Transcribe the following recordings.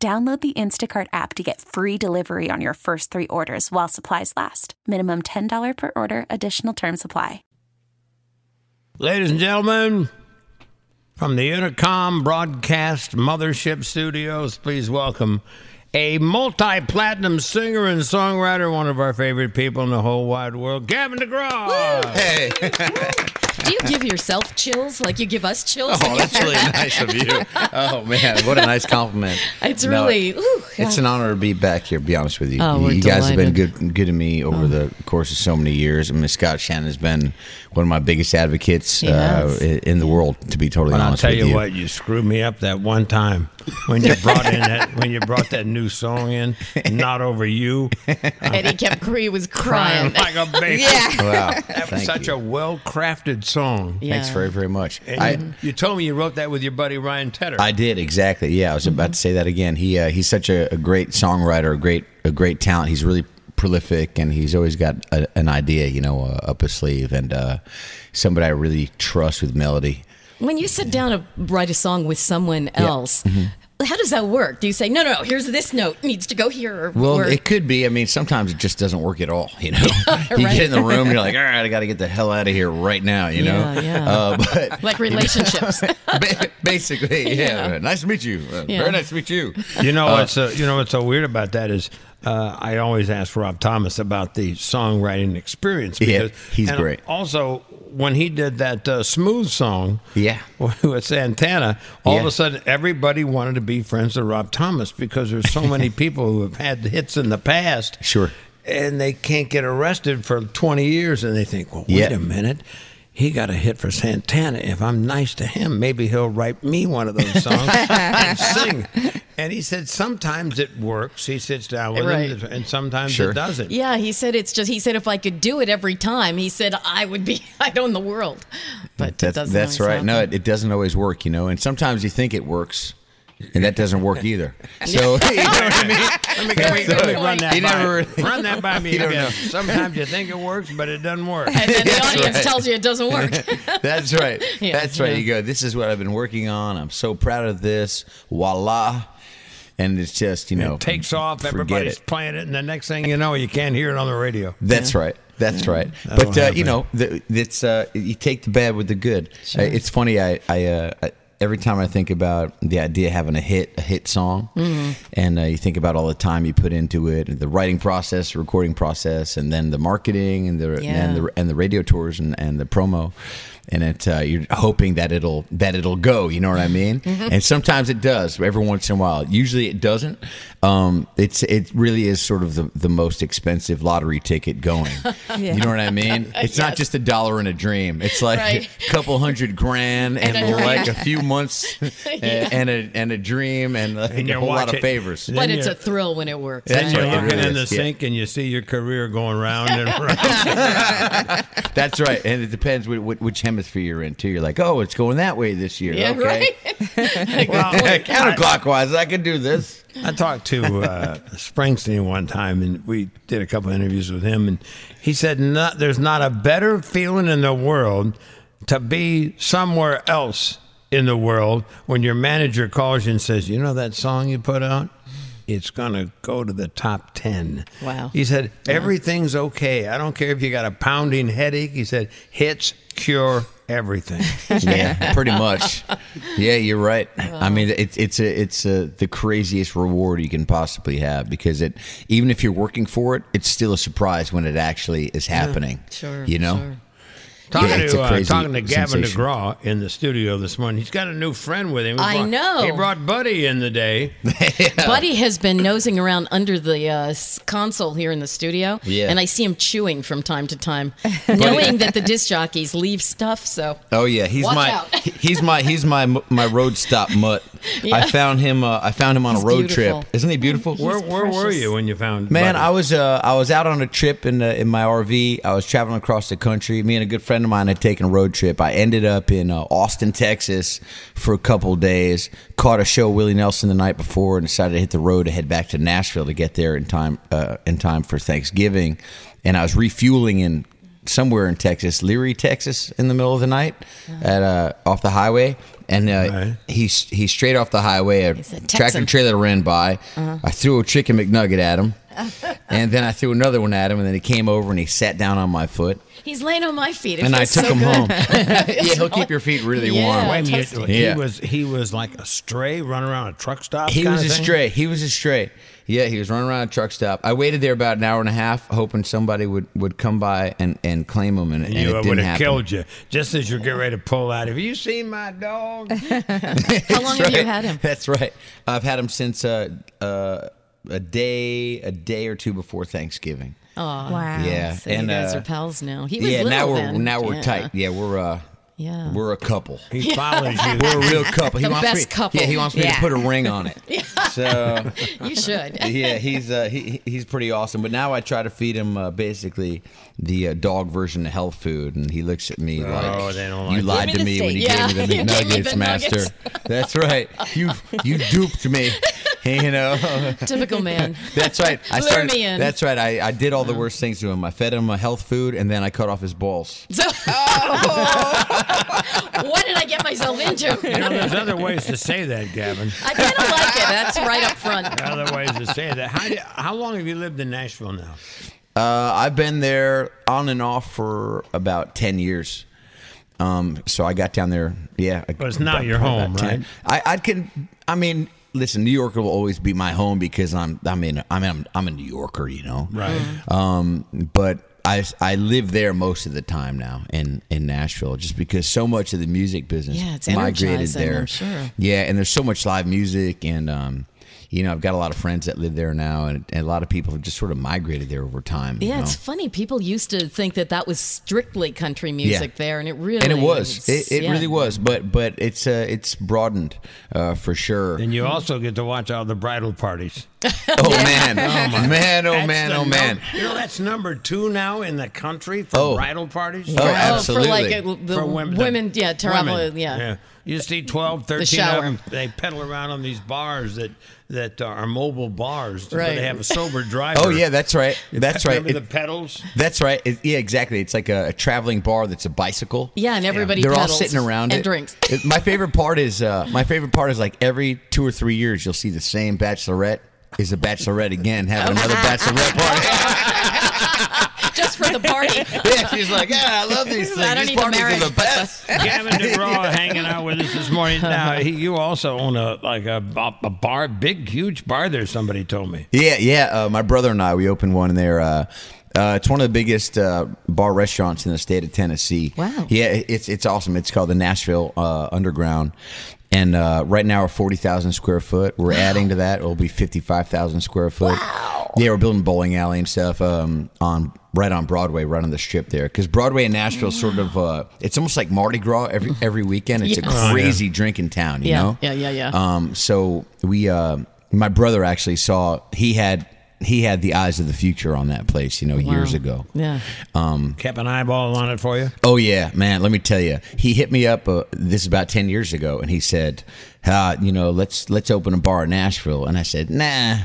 Download the Instacart app to get free delivery on your first three orders while supplies last. Minimum $10 per order, additional term supply. Ladies and gentlemen, from the Intercom Broadcast Mothership Studios, please welcome a multi platinum singer and songwriter, one of our favorite people in the whole wide world, Gavin DeGraw. Hey. Do you give yourself chills like you give us chills? Oh, that's really nice of you. Oh man, what a nice compliment. It's No, really. ooh, It's yeah. an honor to be back here. to Be honest with you, Oh, you we're you guys have been delighted. Oh. good, good to me over the course of so many years. I mean, Scott Shannon has been one of my biggest advocates He has. uh, i- in the world. To be totally And I'll honest tell with you, what, you screwed me up that one time when you brought in that when you brought that new song in, not over you, and he kept he was crying crying. like a baby. yeah. wow, That was thank such you. a well crafted song. Yeah. Thanks very very much. And I, you, you told me you wrote that with your buddy Ryan Tedder. I did exactly. Yeah, I was Mm-hmm. about to say that again. He uh, he's such a, a great songwriter, a great a great talent. He's really prolific, and he's always got a, an idea, you know, uh, up his sleeve, and uh, somebody I really trust with melody. When you sit down to write a song with someone else, Mm-hmm. how does that work? Do you say, no, no, no, here's this note, it needs to go here? Or, Well, or- it could be. I mean, sometimes it just doesn't work at all. You know, you Right. get in the room, and you're like, all right, I got to get the hell out of here right now. You Yeah, know, yeah. Uh, but like relationships. ba- basically, yeah. Nice to meet you. Uh, Yeah. Very nice to meet you. You know what's uh, you know what's so weird about that is uh, I always ask Rob Thomas about the songwriting experience. Yeah, he's and great. Also, when he did that uh, smooth song, Yeah. with Santana, all of Yeah. a sudden everybody wanted to be friends with Rob Thomas because there's so many people who have had hits in the past. Sure. and they can't get arrested for 20 years, and they think, well, wait Yeah. a minute. He got a hit for Santana. If I'm nice to him, maybe he'll write me one of those songs and sing. And he said sometimes it works. He sits down with Right. him, and sometimes Sure. it doesn't. yeah, he said it's just, he said if I could do it every time, he said I would be, I'd own the world. But it That's doesn't that's always right. No, happen. it, it doesn't always work, you know. And sometimes you think it works, and that doesn't work either. So you know what I Let mean? me, let me- let me run that You by never- run that by me You don't again. know. Sometimes you think it works, but it doesn't work. And then the That's audience right. tells you it doesn't work. That's right. Yeah, that's right. yeah. You go. This is what I've been working on. I'm so proud of this. Voila. And it's just you know It takes off. forget Everybody's it. playing it, and the next thing you know, you can't hear it on the radio. That's right. That's right. That'll But uh, happen. you know, the, it's uh, you take the bad with the good. Uh, it's funny. I, I, uh, I every time I think about the idea of having a hit, a hit song, Mm-hmm. and uh, you think about all the time you put into it, and the writing process, the recording process, and then the marketing, and the and Yeah. the and the radio tours, and, and the promo. And it, uh, you're hoping that it'll that it'll go. You know what I mean? Mm-hmm. And sometimes it does. Every once in a while, usually it doesn't. Um, it's it really is sort of the, the most expensive lottery ticket going. You know what I mean? It's not just a dollar and a dream. It's like Right. a couple hundred grand and, And a dream. like a few months and, and a and a dream and like And a you whole watch lot it. of favors. but it's you're- a thrill when it works. That's And you're right. It looking really in the is, yeah. sink and you see your career going round and round. That's right. And it depends whi- whi- which hemisphere you're in too. You're like, oh, it's going that way this year. Yeah, okay. right? Counterclockwise, I could do this. I talked to uh, Springsteen one time, and we did a couple interviews with him, and he said, "Not there's not a better feeling in the world to be somewhere else in the world when your manager calls you and says, you know that song you put out." It's gonna go to the top ten. Wow. He said everything's okay. I don't care if you got a pounding headache. He said hits cure everything. yeah, pretty much. Yeah, you're right. I mean, it's it's a, it's a, the craziest reward you can possibly have because it even if you're working for it, it's still a surprise when it actually is happening. Sure, you know. sure. Talking Yeah, it's to a uh, crazy talking to Gavin sensation. DeGraw in the studio this morning. He's got a new friend with him. He I know. He brought Buddy in the day. Buddy has been nosing around under the uh, s- console here in the studio, Yeah. and I see him chewing from time to time, knowing that the disc jockeys leave stuff. So Oh yeah, he's Watch my out. he- he's my he's my my road stop mutt. Yeah. I found him. Uh, I found him on He's a road beautiful. trip. Isn't he beautiful? Where, where were precious. you when you found? Man, Buddy? I was uh, I was out on a trip in the, in my RV. I was traveling across the country. Me and a good friend of mine had taken a road trip. I ended up in uh, Austin, Texas, for a couple days. Caught a show Willie Nelson the night before, and decided to hit the road to head back to Nashville to get there in time uh, in time for Thanksgiving. And I was refueling in somewhere in Texas, Leary, Texas, in the middle of the night at uh, off the highway. And uh, Right. he's he's straight off the highway. A He's a tractor Texan. Uh-huh. trailer ran by. I threw a chicken McNugget at him, and then I threw another one at him, and then he came over and he sat down on my foot, He's laying on my feet. It and I feels took so him good. home. yeah, he'll keep your feet really Yeah. warm. Wait a minute, Toasty. he Yeah. was he was like a stray running around a truck stop. He kinda was a thing? stray. He was a stray. Yeah, he was running around a truck stop. I waited there about an hour and a half, hoping somebody would, would come by and, and claim him, and, and You it would didn't have happen. killed you just as you're getting ready to pull out. Have you seen my dog? How long have That's you right. had him? That's right. I've had him since uh, uh, a day, a day or two before Thanksgiving. Oh, Wow. Yeah, So you guys uh, are pals now. He was yeah. little Now we're then. now we're Yeah. tight. Yeah, we're uh, Yeah. we're a couple. He follows you. We're a real couple. He The wants best me, couple. Yeah, he wants me to Yeah. put a ring on it. So You should. yeah, he's uh, he, he's pretty awesome. But now I try to feed him uh, basically the uh, dog version of health food, and he looks at me like, Oh, they don't "You like lied it." to Give me me the when you steak. Yeah, gave me you the gave me McNuggets, the master." That's right. You you duped me. You know. Typical man. That's right. I Lure started. me in. That's right. I, I did all the worst things to him. I fed him a health food, and then I cut off his balls. So, what did I get myself into? You know, there's other ways to say that, Gavin. I kind of like it. That's right up front. Other ways to say that. How, do, how long have you lived in Nashville now? Uh, I've been there on and off for about ten years. Um, so I got down there. Yeah, I- But it's not about- your probably home, about right? I, I can. I mean, listen, New York will always be my home because I'm. I mean, I'm. I'm, I'm a New Yorker, you know. Right. Um, but I, I live there most of the time now in, in Nashville just because so much of the music business Yeah, it's migrated energizing, there. I'm sure. Yeah, and there's so much live music and um, you know, I've got a lot of friends that live there now and, and a lot of people have just sort of migrated there over time. you Yeah, it's know? funny. People used to think that that was strictly country music there, and it really and it was. is, It, it yeah. really was. But but it's uh, it's broadened uh, for sure. And you also get to watch all the bridal parties. Oh man. oh man, oh That's man, the oh num- man. You know, that's number two now in the country for Oh. bridal parties. Oh, Oh, absolutely. for like uh, the for women. women, the yeah, travel, women, yeah. You see 12, 13 shower. of them. They pedal around on these bars that that are mobile bars. Right. Right. They have a sober driver. Oh yeah, that's right. That's right. Remember It- the pedals? That's right. It- yeah, exactly. It's like a, a traveling bar that's a bicycle. Yeah, and everybody They're all pedals sitting around and it. drinks. It- my favorite part is uh, my favorite part is like every two or three years you'll see the same bachelorette is a bachelorette again having Oh, another bachelorette party. Just for the party. yeah, she's like, yeah, I love these things. I don't these need the parties marriage, are the best. Gavin DeGraw hanging out with us this morning. Now, he, you also own a like a, a bar, big, huge bar there, somebody told me. Yeah, yeah. Uh, my brother and I, we opened one there. Uh, uh, it's one of the biggest uh, bar restaurants in the state of Tennessee. Wow. Yeah, it's it's awesome. It's called the Nashville uh, Underground, and uh, right now we're forty thousand square foot. We're adding to that. It'll be fifty five thousand square foot. Wow. Yeah, we're building bowling alley and stuff um, on right on Broadway, right on the strip there. Because Broadway in Nashville is sort of uh, it's almost like Mardi Gras every every weekend. It's Yes. a crazy drinking town. You Yeah, know? yeah, yeah, yeah. Um, so we, uh, my brother actually saw he had he had the eyes of the future on that place, you know, years Wow. ago. Yeah. Kept an eyeball on it for you. Oh yeah, man. Let me tell you, he hit me up. Uh, this is about ten years ago, and he said, uh, "You know, let's let's open a bar in Nashville." And I said, "Nah."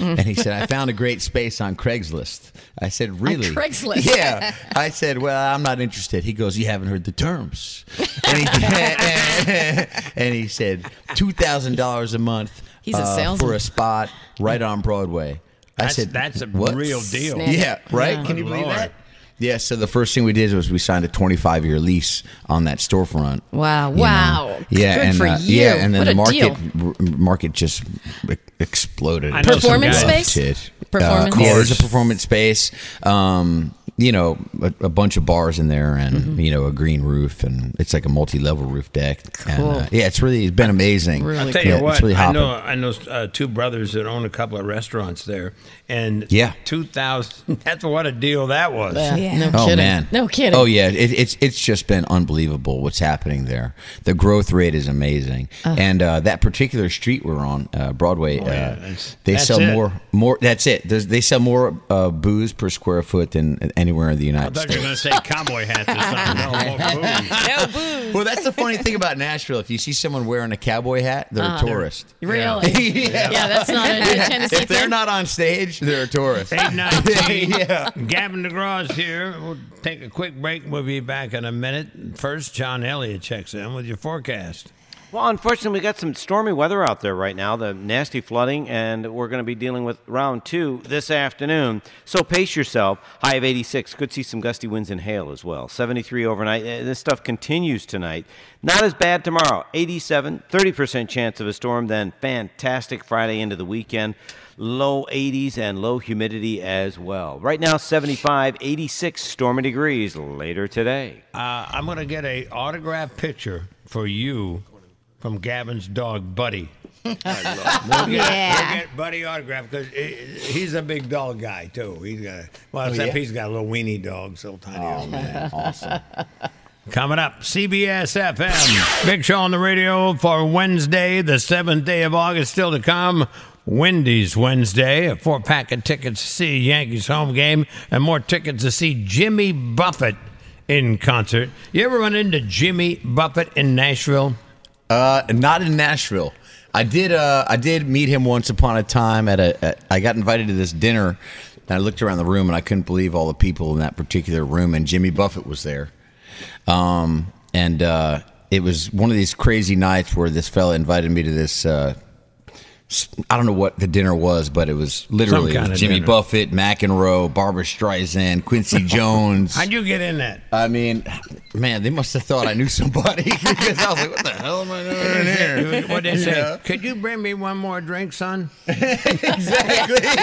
and he said, "I found a great space on Craigslist." I said, "Really?" Craigslist? Yeah. I said, "Well, I'm not interested." He goes, "You haven't heard the terms." And he, and he said, two thousand dollars a month He's a uh, salesman. for a spot right on Broadway. I That's, said, that's a "What?" real deal. Snap. Yeah, right. Yeah. Can you believe Lord. that? Yeah. So the first thing we did was we signed a 25 year lease on that storefront. Wow. you know? Wow. Yeah. Good and for uh, you. yeah, and then What the a market deal. r- market just e- exploded. I know some Performance guys- space? Shit. Performance Uh, yeah, space? there's a performance space. Um, you know, a, a bunch of bars in there, and Mm-hmm. you know, a green roof, and it's like a multi-level roof deck. Cool. And, uh, yeah, it's really it's been amazing. Really I'll tell Yeah, you what, it's really I hopping. know I know uh, two brothers that own a couple of restaurants there, and Yeah. two thousand. That's what a deal that was. Yeah. No Oh kidding. man, No kidding. Oh yeah, it, it's it's just been unbelievable what's happening there. The growth rate is amazing, and uh, that particular street we're on, uh, Broadway, Oh, yeah, uh, that's- they that's sell it. more more. That's it. There's, they sell more uh, booze per square foot than anywhere in I the United thought you were States. going to say cowboy hats or something. No, more booze. No booze. Well, that's the funny thing about Nashville. If you see someone wearing a cowboy hat, they're a tourist. Really? yeah. Yeah, that's not a, a Tennessee If they're thing. not on stage, they're a tourist. 819. Yeah. Gavin DeGraw's here. We'll take a quick break. We'll be back in a minute. First, John Elliott checks in with your forecast. Well, unfortunately, we got some stormy weather out there right now, the nasty flooding, and we're going to be dealing with round two this afternoon. So pace yourself. High of 86. Could see some gusty winds and hail as well. 73 overnight. Eh, This stuff continues tonight. Not as bad tomorrow. 87, 30% chance of a storm, then fantastic Friday into the weekend. Low 80s and low humidity as well. Right now, 75, 86 stormy degrees later today. Uh, I'm going to get a autograph picture for you from Gavin's dog, Buddy. We'll get, Yeah. we'll get Buddy autograph because he's a big dog guy too. He's got a, well, except he's got a little weenie dog, so tiny. little man. Awesome. Coming up, CBS FM. Big show on the radio for Wednesday, the 7th day of August, still to come. Wendy's Wednesday, a four pack of tickets to see a Yankees home game, and more tickets to see Jimmy Buffett in concert. You ever run into Jimmy Buffett in Nashville? Uh, not in Nashville. I did. Uh, I did meet him once upon a time at a. At, I got invited to this dinner, and I looked around the room, and I couldn't believe all the people in that particular room. And Jimmy Buffett was there, um, and uh, it was one of these crazy nights where this fella invited me to this. Uh, s- I don't know what the dinner was, but it was literally it kind of was Jimmy dinner. Buffett, McEnroe, Barbara Streisand, Quincy Jones. How'd you get in that? I mean, man, they must have thought I knew somebody because I was like, "What the hell am I doing here?" What did they say? Yeah. Could you bring me one more drink, son?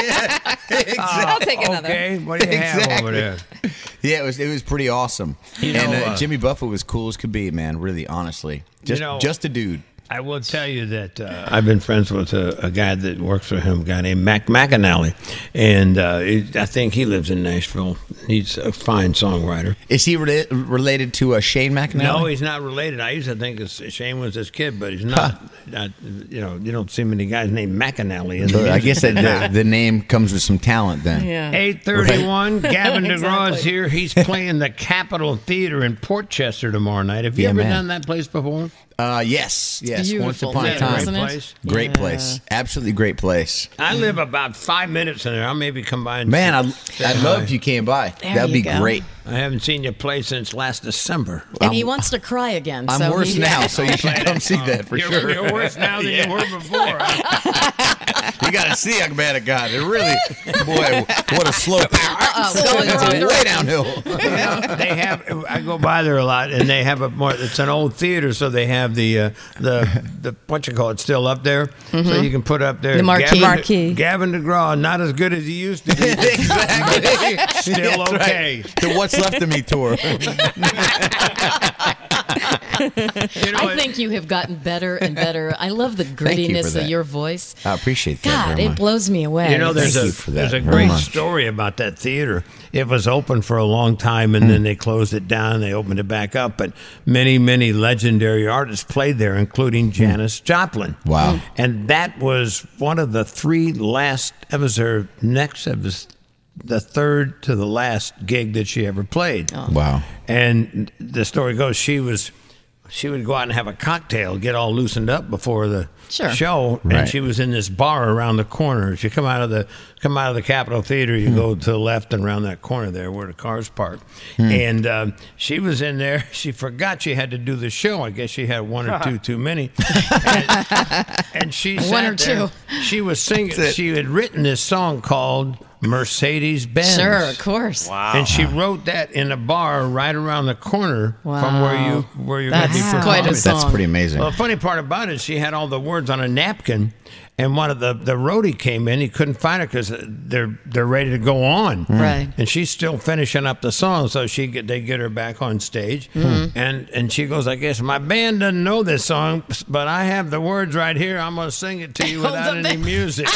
I'll take another. Oh, Okay, what do you have over Exactly. there? Yeah, it was it was pretty awesome. and know, uh, uh, Jimmy Buffett was cool as could be, man. Really, honestly, just know- just a dude. I will tell you that uh, I've been friends with a, a guy that works for him, a guy named Mac McAnally, and uh, he- I think he lives in Nashville. He's a fine songwriter. Is he rela- related to uh, Shane McAnally? No, he's not related. I used to think it's, Shane was his kid, but he's not. Not- you know, you don't see many guys named McAnally. In So the I guess that the, the name comes with some talent then. yeah. Eight thirty-one. Gavin DeGraw is Exactly. here. He's playing the Capitol Theater in Port Chester tomorrow night. Have you Yeah, ever man. done that place before? Uh, yes, yes. Once Beautiful upon a theater, time, isn't it? great Yeah. place, absolutely great place. I live about five minutes in there. I'll maybe come by. And Man, I I love if you came by. There That'd you be go. great. I haven't seen your play since last December. And he wants to cry again. I'm so worse he- now, so you should come see that for you're, sure. you're worse now than you were before. You gotta see how bad it got. It really, boy, what a slope. Uh-oh, going the wrong way direction. downhill. they have. I go by there a lot, and they have a more. It's an old theater, so they have the uh, the the what you call it still up there, so you can put up there. The marquee. Gavin, Marquee. Gavin DeGraw, not as good as he used to be. exactly. Still That's right. okay. The What's Left of Me tour. You know, I it- think you have gotten better and better. I love the you for grittiness of that. your voice. I appreciate that. God, very it much. blows me away. You know, there's Thank a you for that there's a very great much. story about that theater. It was open for a long time, Hmm. and then they closed it down. They opened it back up, but many many legendary artists played there, including Janis Joplin. Hmm. Wow. Mm. And that was one of the three last. It was her next. It was the third to the last gig that she ever played. Wow. And the story goes, she was, she would go out and have a cocktail, get all loosened up before the Sure. show, and Right. she was in this bar around the corner. If you come out of the come out of the Capitol Theater, you go to the left and around that corner there where the cars park. And um, she was in there. She forgot she had to do the show. I guess she had one or two too many. And, and she One sat or there. two. She was singing. She had written this song called Mercedes Benz. Sure, of course. And she wrote that in a bar right around the corner from Wow. where you where you're going to be That's performing. quite a That's song. pretty amazing. Well, the funny part about it, she had all the words on a napkin, and one of the the roadie came in. He couldn't find her because they're they're ready to go on, Hmm. Right. And she's still finishing up the song, so she get, they get her back on stage, Hmm. and and she goes, "I guess my band doesn't know this song, but I have the words right here. I'm gonna sing it to you without any music."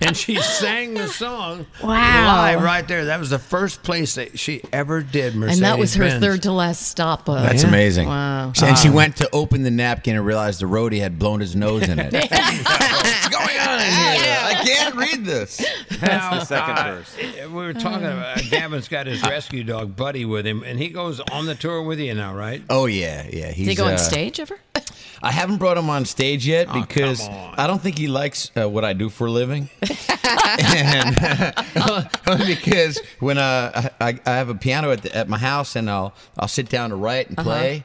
And she sang the song Wow. live right there. That was the first place that she ever did Mercedes. And that was her Benz. third to last stop. uh, That's amazing. Wow. Um, She- And she went to open the napkin and realized the roadie had blown his nose in it. What's going on in here? I can't read this. That's the second verse. uh, We were talking about uh, Gavin's got his rescue dog Buddy with him, and he goes on the tour with you now, right? Oh yeah, yeah. He's, Did he go on uh, stage ever? I haven't brought him on stage yet Oh, come because on. I don't think he likes uh, what I do for a living. and only because when uh, I, I I have a piano at, the, at my house and I'll I'll sit down to write Uh-huh. and play,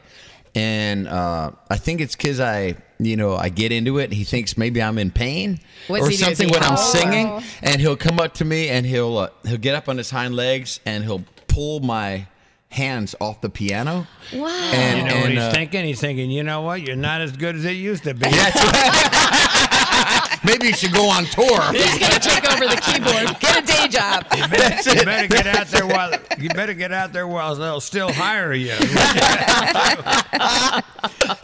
and uh, I think it's because I you know I get into it. He thinks maybe I'm in pain What's or he do? Oh. Is something he when I'm howling? singing, and he'll come up to me and he'll uh, he'll get up on his hind legs and he'll pull my hands off the piano. Wow. You know what and, he's uh, thinking? He's thinking, you know what? You're not as good as it used to be. Maybe you should go on tour. He's going to take over the keyboard. Get a day job. you better get out there while you better get out there while they'll still hire you.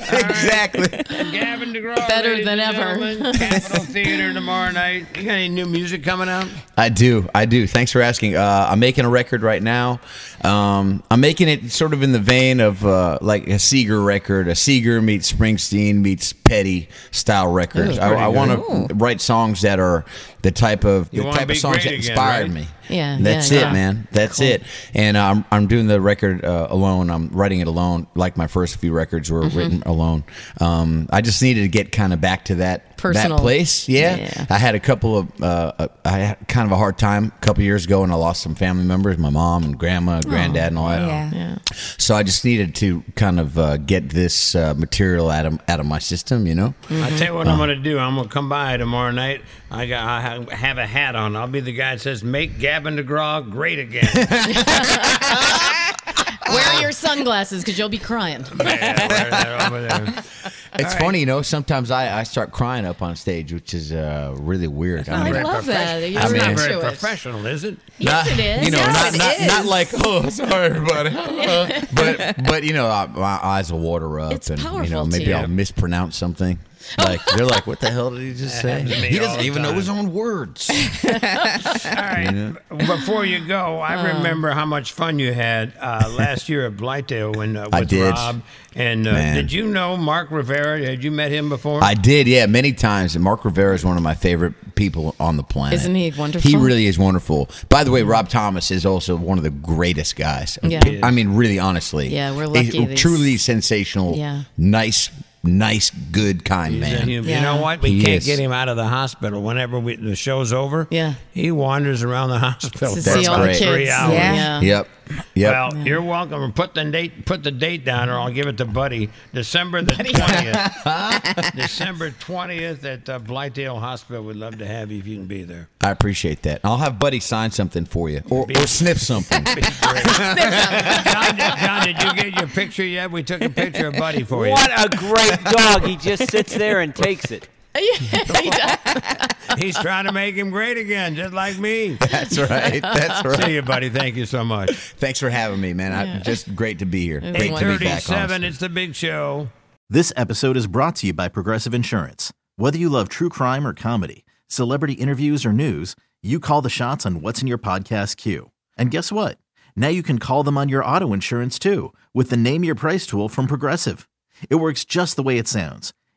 exactly. Gavin DeGraw, Better ladies than and ever. gentlemen, Capitol Theater tomorrow night. You got any new music coming out? I do. I do. Thanks for asking. Uh, I'm making a record right now. Um, I'm making it sort of in the vein of uh, like a Seeger record, a Seeger meets Springsteen meets Petty style record. I, I want to write songs that are the type of the wanna type be of songs great that again, inspired right? me. Yeah, that's yeah, it, yeah. man. That's it. And uh, I'm I'm doing the record uh, alone. I'm writing it alone. Like my first few records were Mm-hmm. written alone. Um, I just needed to get kind of back to that Personal. that place. Yeah. Yeah. I had a couple of uh, uh, I had kind of a hard time a couple years ago, and I lost some family members, my mom and grandma, and granddad, and all that. Oh, Yeah. So I just needed to kind of uh, get this uh, material out of out of my system, you know. Mm. I tell you what I'm gonna do. I'm gonna come by tomorrow night. I got I ha- have a hat on. I'll be the guy that says "Make Gavin DeGraw great again." Wear your sunglasses because you'll be crying. Yeah, wear that over there. It's funny, you know. Sometimes I, I start crying up on stage, which is uh, really weird. I I'm very- love that. You're I mean- Not into very it. professional, is it? Yes, it is. You know, Yes, not, it not, is. not like oh, sorry, everybody, but but you know, I, my eyes will water up, It's and you know, powerful maybe too. Oh. I'll mispronounce something. Like they're like, what the hell did he just say? happens to me He all doesn't the even know time. his own words. All right. Before you go, I Oh. remember how much fun you had uh, last year at Blightdale when uh, I with did. Rob. And uh, Man. did you know Mark Rivera? Had you met him before? I did, yeah, many times. And Mark Rivera is one of my favorite people on the planet. Isn't he wonderful? He really is wonderful. By the way, Rob Thomas is also one of the greatest guys. Yeah. I mean, really, honestly. Yeah, we're He's lucky that truly he's- sensational. Yeah. Nice, nice, good, kind He's a man. hum- You Yeah. know what? We He can't is. get him out of the hospital. Whenever we, the show's over, Yeah. he wanders around the hospital to for see all about the great. kids. three hours. Yeah. Yep. Yep. Well, you're welcome. Put the date put the date down, or I'll give it to Buddy. December the twentieth. December twentieth at uh, Blightdale Hospital. We'd love to have you if you can be there. I appreciate that. I'll have Buddy sign something for you or, or sniff something. Be great. John, did, John, did you get your picture yet? We took a picture of Buddy for you. What a great dog! He just sits there and takes it. He's trying to make him great again, just like me. That's right. That's See right. you, buddy. Thank you so much. Thanks for having me, man. I, just great to be here. Great to be back. honestly. Thirty-seven. It's the big show. This episode is brought to you by Progressive Insurance. Whether you love true crime or comedy, celebrity interviews or news, you call the shots on what's in your podcast queue. And guess what? Now you can call them on your auto insurance too with the Name Your Price tool from Progressive. It works just the way it sounds.